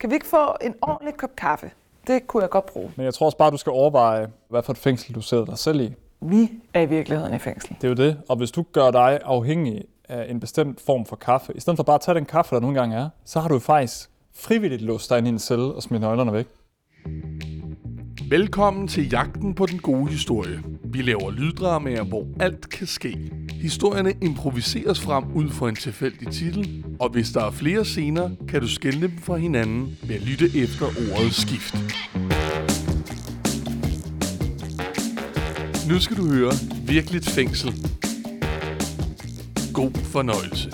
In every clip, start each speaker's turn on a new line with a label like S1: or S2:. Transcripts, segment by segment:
S1: Kan vi ikke få en ordentlig kop kaffe? Det kunne jeg godt bruge.
S2: Men jeg tror også bare, du skal overveje, hvad for et fængsel du sidder dig selv i.
S1: Vi er i virkeligheden i fængsel.
S2: Det er jo det. Og hvis du gør dig afhængig af en bestemt form for kaffe, i stedet for bare at tage den kaffe, der nogle gange er, så har du jo faktisk frivilligt låst dig ind i en celle og smidt nøglerne væk.
S3: Velkommen til Jagten på den gode historie. Vi laver lyddramaer, hvor alt kan ske. Historierne improviseres frem ud fra en tilfældig titel, og hvis der er flere scener, kan du skelne dem fra hinanden ved at lytte efter ordet skift. Nu skal du høre Virkeligt Fængsel. God fornøjelse.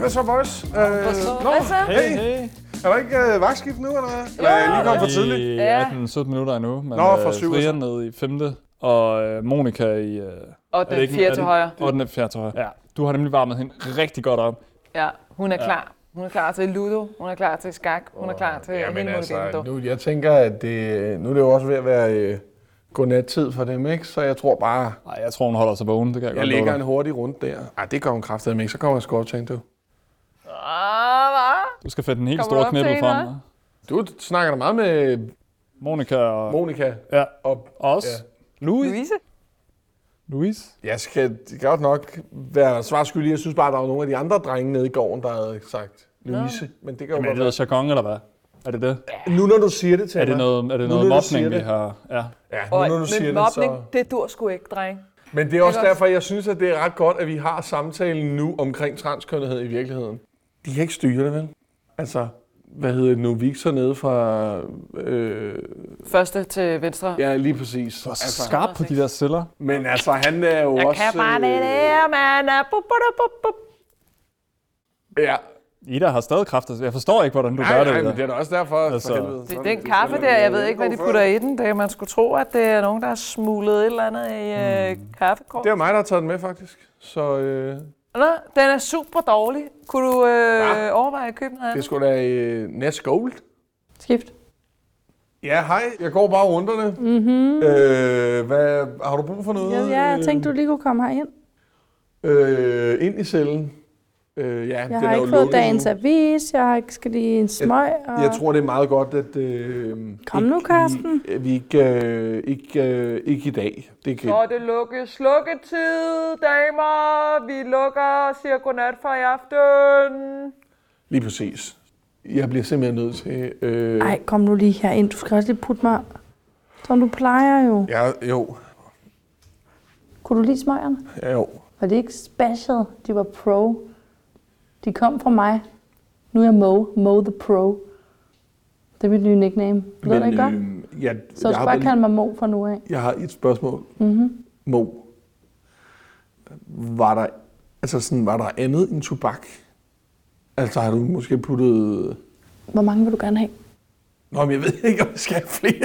S4: Hvad så, boys? Øh, nå,
S5: Hvad så?
S2: Hey, hey.
S4: er der ikke øh, vagtskift nu, eller hvad? Eller er I lige kommet for tidligt?
S2: I
S5: Ja.
S2: 18-17 minutter endnu. Men,
S4: Nå, fra syv og
S2: Brian nede i 5. og øh, Monika i... Øh,
S5: Og
S2: er det
S5: den
S2: ikke- er
S5: fjerde til
S2: det-
S5: højre.
S2: Og den er fjerde til højre. Ja. Du har nemlig varmet hende rigtig godt op.
S5: Ja, hun er klar. Hun er klar til Ludo, hun er klar til skak, hun er klar til
S6: Ja, men
S5: hele
S6: altså,
S5: muligheden.
S6: nu, jeg tænker, at det, nu er det jo også ved at være øh, godnat-tid for dem, ikke? Så jeg tror bare,
S2: Nej, jeg tror, hun holder sig vågen. Det kan jeg,
S6: jeg
S2: godt love
S6: lægger
S2: dig.
S6: en hurtig rundt der. Ej, det gør hun kraftedeme ikke. Så kommer jeg sgu op til hende, du.
S5: Ah, hvad?
S2: Du skal finde den helt
S5: Kommer du
S2: store
S5: op til
S2: knibbel
S5: hende, hva'?
S2: frem.
S6: Du snakker da meget med
S2: Monika og
S6: Monika.
S2: Ja.
S6: Og
S2: os.
S6: Ja.
S2: Louis.
S5: Louise?
S2: Louise.
S6: jeg skal godt nok være svarskyldig. Jeg synes bare, at der var nogle af de andre drenge nede i gården, der havde sagt Louise. Men det kan jo
S2: Men er det
S6: godt
S2: noget jargon, eller hvad? Er det det?
S6: være. Nu når du siger det til
S2: Er det
S6: mig.
S2: noget, er det
S6: nu,
S2: noget
S6: når du siger
S2: mobning, vi
S6: det.
S2: har? Ja.
S6: Ja, nu når du siger
S5: men
S6: det,
S5: mobning,
S6: så...
S5: det dur sgu ikke, dreng.
S6: Men det er
S5: Ikke
S6: også
S5: også?
S6: derfor, jeg synes, at det er ret godt, at vi har samtalen nu omkring transkønnethed i virkeligheden. De kan ikke styre det, vel? Altså, hvad hedder det nu? Vikser nede fra... Øh,
S5: Første til venstre.
S6: ja, lige præcis.
S2: Du er så
S6: Altså,
S2: skarp på de der celler.
S6: men altså, han er jo også...
S5: der, man. Ah, bup, bup, bup, bup.
S6: øh, Ja,
S2: Ida har stadig kræfter. Jeg forstår ikke, hvordan du
S6: nej,
S2: gør
S6: nej,
S2: det.
S6: men det
S2: Ida.
S6: er da også derfor, altså,
S2: Altså-
S6: for helvede.
S5: Det er
S6: Sådan,
S5: den kaffe der, jeg ved ikke, hvad de putter i den. Det er, man skulle tro, at det er nogen, der har smuglet et eller andet i øh, kaffekort.
S6: Mm. Det er mig, der har taget den med, faktisk. Så øh,
S5: Nå, den er super dårlig. Kunne du øh, overveje at købe noget
S6: det
S5: andet?
S6: skulle da øh, næst gold.
S7: Skift.
S6: Ja, hej. Jeg går bare runderne. Mm-hmm. Øh, hvad, har du brug for noget?
S7: Ja, ja, jeg
S6: Øh,
S7: tænkte, du lige kunne komme herind.
S6: Øh, ind i cellen. Øh, ja,
S7: Jeg har ikke fået dagens avis, jeg har ikke skal lige en smøg. Og...
S6: Jeg tror, det er meget godt, at... Øh,
S7: Kom nu,
S6: ikke
S7: Karsten.
S6: I, at vi ikke, øh, ikke, øh, ikke i dag. Det kan,
S5: Og det lukkes slukketid, damer. Vi lukker og siger godnat for i aften.
S6: Lige præcis. Jeg bliver simpelthen nødt til... Øh,
S7: Ej, kom nu lige herind. Du skal også lige putte mig, som du plejer jo.
S6: Ja, jo.
S7: Kunne du lide smøgerne?
S6: Ja, jo.
S7: Var det ikke special? De var pro. De kom fra mig. Nu er jeg Mo. Mo the Pro. Det er mit nye nickname. Lyder det ikke godt?
S6: øh, ja,
S7: Så du
S6: jeg,
S7: skal
S6: har,
S7: bare
S6: bare
S7: kalde mig Mo fra nu af.
S6: jeg har et spørgsmål.
S7: Mm-hmm.
S6: Mo. Var der, altså sådan, var der andet end tobak? Altså har du måske puttet...
S7: Hvor mange vil du gerne have?
S6: Nå, men jeg ved ikke, om jeg skal have flere.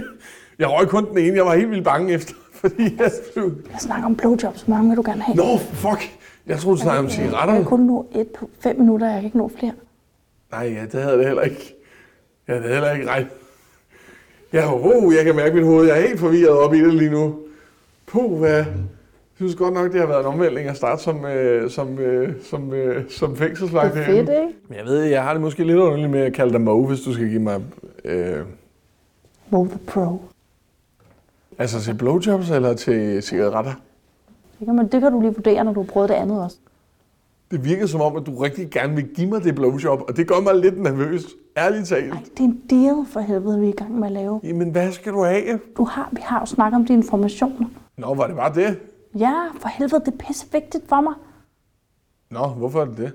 S6: Jeg røg kun den ene, jeg var helt vildt bange efter. Fordi jeg blev...
S7: Jeg snakker om blowjobs. Hvor mange vil du gerne have?
S6: Nå, fuck! Jeg troede, du snakkede om cigaretterne.
S7: Jeg kunne nå et på fem minutter, jeg kan ikke nå flere.
S6: Nej, ja, det havde jeg da heller ikke. Jeg havde da heller ikke regnet. Jeg, wow, jeg kan mærke mit hoved. Jeg er helt forvirret op i det lige nu. Puh, hvad? Jeg synes godt nok, det har været en omvæltning at starte som, øh, som, øh, som, øh, som fængselsvagt.
S7: Det er fedt, ikke?
S6: Men jeg ved, jeg har det måske lidt underligt med at kalde dig Mo, hvis du skal give mig... Øh,
S7: Mo the Pro.
S6: altså til blowjobs eller til cigaretter?
S7: Det kan, man, det kan du lige vurdere, når du har prøvet det andet også.
S6: Mm. Det virker som om, at du rigtig gerne vil give mig det blowjob, og det gør mig lidt nervøs. Ærligt talt.
S7: Nej, det er en deal for helvede, vi er i gang med at lave.
S6: Jamen, hvad skal du have?
S7: Du har, vi har jo snakket om dine informationer.
S6: Nå, var det bare det?
S7: Ja, for helvede, det er pisse vigtigt for mig.
S6: Nå, hvorfor er det det?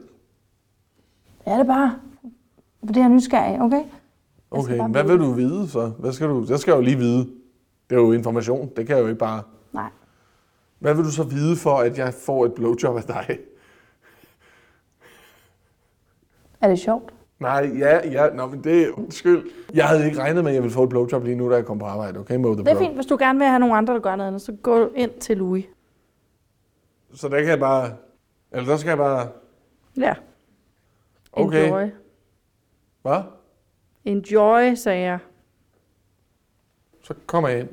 S7: Det er det bare. For det er jeg nysgerrig, okay? Jeg skal
S6: Okay,
S7: bare
S6: hvad
S7: vide-
S6: vil du vide så? Hvad skal du, det skal jeg jo lige vide. Det er jo information, det kan jeg jo ikke bare...
S7: Nej,
S6: Hvad vil du så vide for, at jeg får et blowjob af dig?
S7: er det sjovt?
S6: Nej, ja, ja, nå, men det er undskyld. Jeg havde ikke regnet med, at jeg ville få et blowjob lige nu, da jeg kom på arbejde, okay, Mo the
S7: Det er
S6: Blow?
S7: fint, hvis du gerne vil have nogle andre, der gør noget andet, så gå ind til Louis.
S6: Så der kan jeg bare... Eller der skal jeg bare...
S7: Ja.
S6: Okay.
S7: Enjoy.
S6: Hvad?
S7: Enjoy, sagde jeg.
S6: Så kommer jeg ind.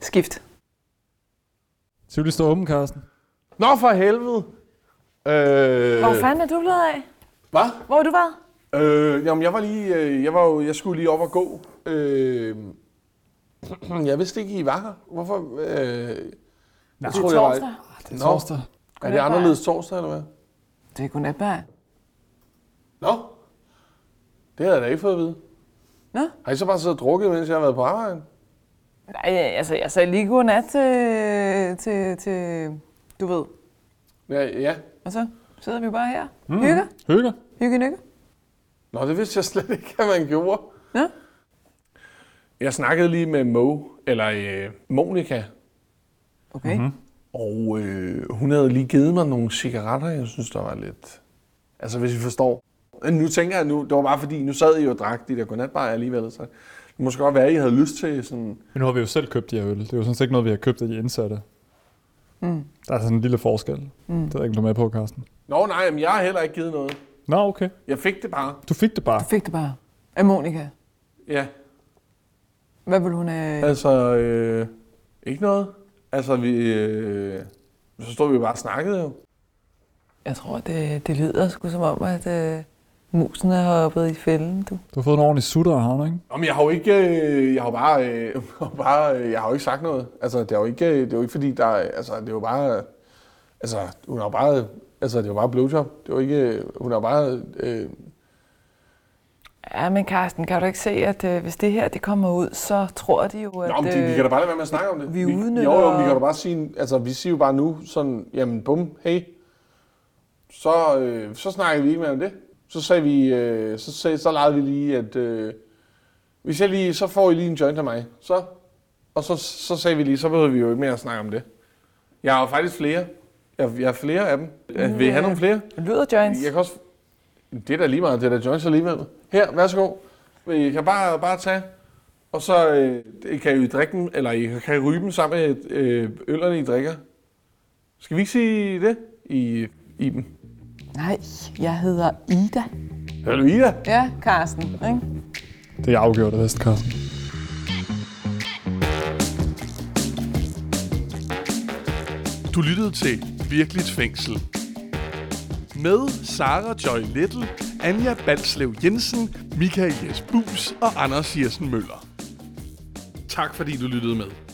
S5: Skift.
S2: Tivoli står åben, Carsten.
S6: Nå, for helvede! Øh,
S1: Hvor fanden er du blevet af?
S6: Hvad?
S1: Hvor har du været?
S6: Øh, jamen, jeg var lige, øh, jeg var jo, jeg skulle lige op og gå. Øh, jeg vidste ikke, I var her. Hvorfor? Øh, jeg tror, jeg
S1: torsdag.
S6: Det er torsdag. Nå, er det anderledes torsdag, eller hvad?
S1: Det er godnatbar.
S6: Nå, det havde jeg da ikke fået at vide.
S1: Nå?
S6: Har I så bare siddet og drukket, mens jeg har været på arbejde?
S1: Nej, altså, jeg sagde lige godnat til, til, til, du ved.
S6: Ja, ja.
S1: Og så sidder vi bare her. Mm. Hygger.
S2: Hygge.
S1: Hygge nykke.
S6: Nå, det vidste jeg slet ikke, at man gjorde.
S1: Ja.
S6: Jeg snakkede lige med Mo, eller øh, Monika,
S1: Okay. Mm-hmm.
S6: og øh, hun havde lige givet mig nogle cigaretter, jeg synes, der var lidt... Altså, hvis I forstår. Men Nu tænker jeg nu, det var bare fordi, nu sad I jo og drak de der godnatbajer alligevel, så det måske godt være, at I havde lyst til sådan...
S2: Men nu har vi jo selv købt de her øl. Det er jo sådan set ikke noget, vi har købt af de indsatte. Mm. Der er sådan en lille forskel. Mm. Det er ikke, du er med på, Carsten.
S6: Nå nej, men jeg har heller ikke givet noget.
S2: Nå, okay.
S6: Jeg fik det bare.
S2: Du fik det bare.
S1: Fik det bare.
S5: Øh,
S1: Af Monika.
S6: Ja.
S1: Hvad vil hun have?
S6: Altså, øh, ikke noget. Altså, vi... Øh, så stod vi bare og snakkede jo.
S5: Jeg tror, det, det lyder sgu som om, at øh, musen er hoppet i fælden, du.
S2: Du har fået en ordentlig sutter af havn, ikke?
S6: Nå, men jeg har jo ikke, øh, jeg har jo bare, øh, jeg har jo bare, øh, jeg har jo ikke sagt noget. Altså, det er jo ikke, øh, det er jo ikke fordi, der, er- altså, det er jo bare, øh, altså, hun har jo bare, altså, det er jo bare blowjob. Det er jo ikke, øh, hun har jo bare, øh,
S5: Ja, men Carsten, kan du ikke se, at øh, hvis det her det kommer ud, så tror de jo, at... øh,
S6: Nå, men det, vi kan da bare lade være med at snakke om det.
S5: vi
S6: Jo,
S5: udnytter-
S6: jo, vi kan da bare sige, altså vi siger jo bare nu sådan, jamen bum, hey. Så, øh, så snakkede vi ikke mere om det. Så sagde vi, øh, så, sagde, så legede vi lige, at øh, hvis jeg lige, så får I lige en joint af mig. Så, og så, så sagde vi lige, så behøver vi jo ikke mere at snakke om det. Jeg har jo faktisk flere. Jeg, jeg har flere af dem. Mm, Vil I have nogle flere?
S5: lyder joints.
S6: Jeg kan også... Det er da lige meget, det er da joints alligevel. Her, værsgo. I kan bare, bare tage. Og så øh, kan I drikke dem, eller I kan ryge dem sammen med øh, øllerne, I drikker. Skal vi ikke sige det? I, i dem.
S1: Nej, jeg hedder Ida.
S6: Hør du, Ida?
S1: Ja, Carsten, ikke?
S2: Det er afgjort af vest, Carsten.
S3: Du lyttede til Virkeligt Fængsel. Med Sara Joy Little, Anja Balslev Jensen, Michael Jes Bus og Anders Jersen Møller. Tak fordi du lyttede med.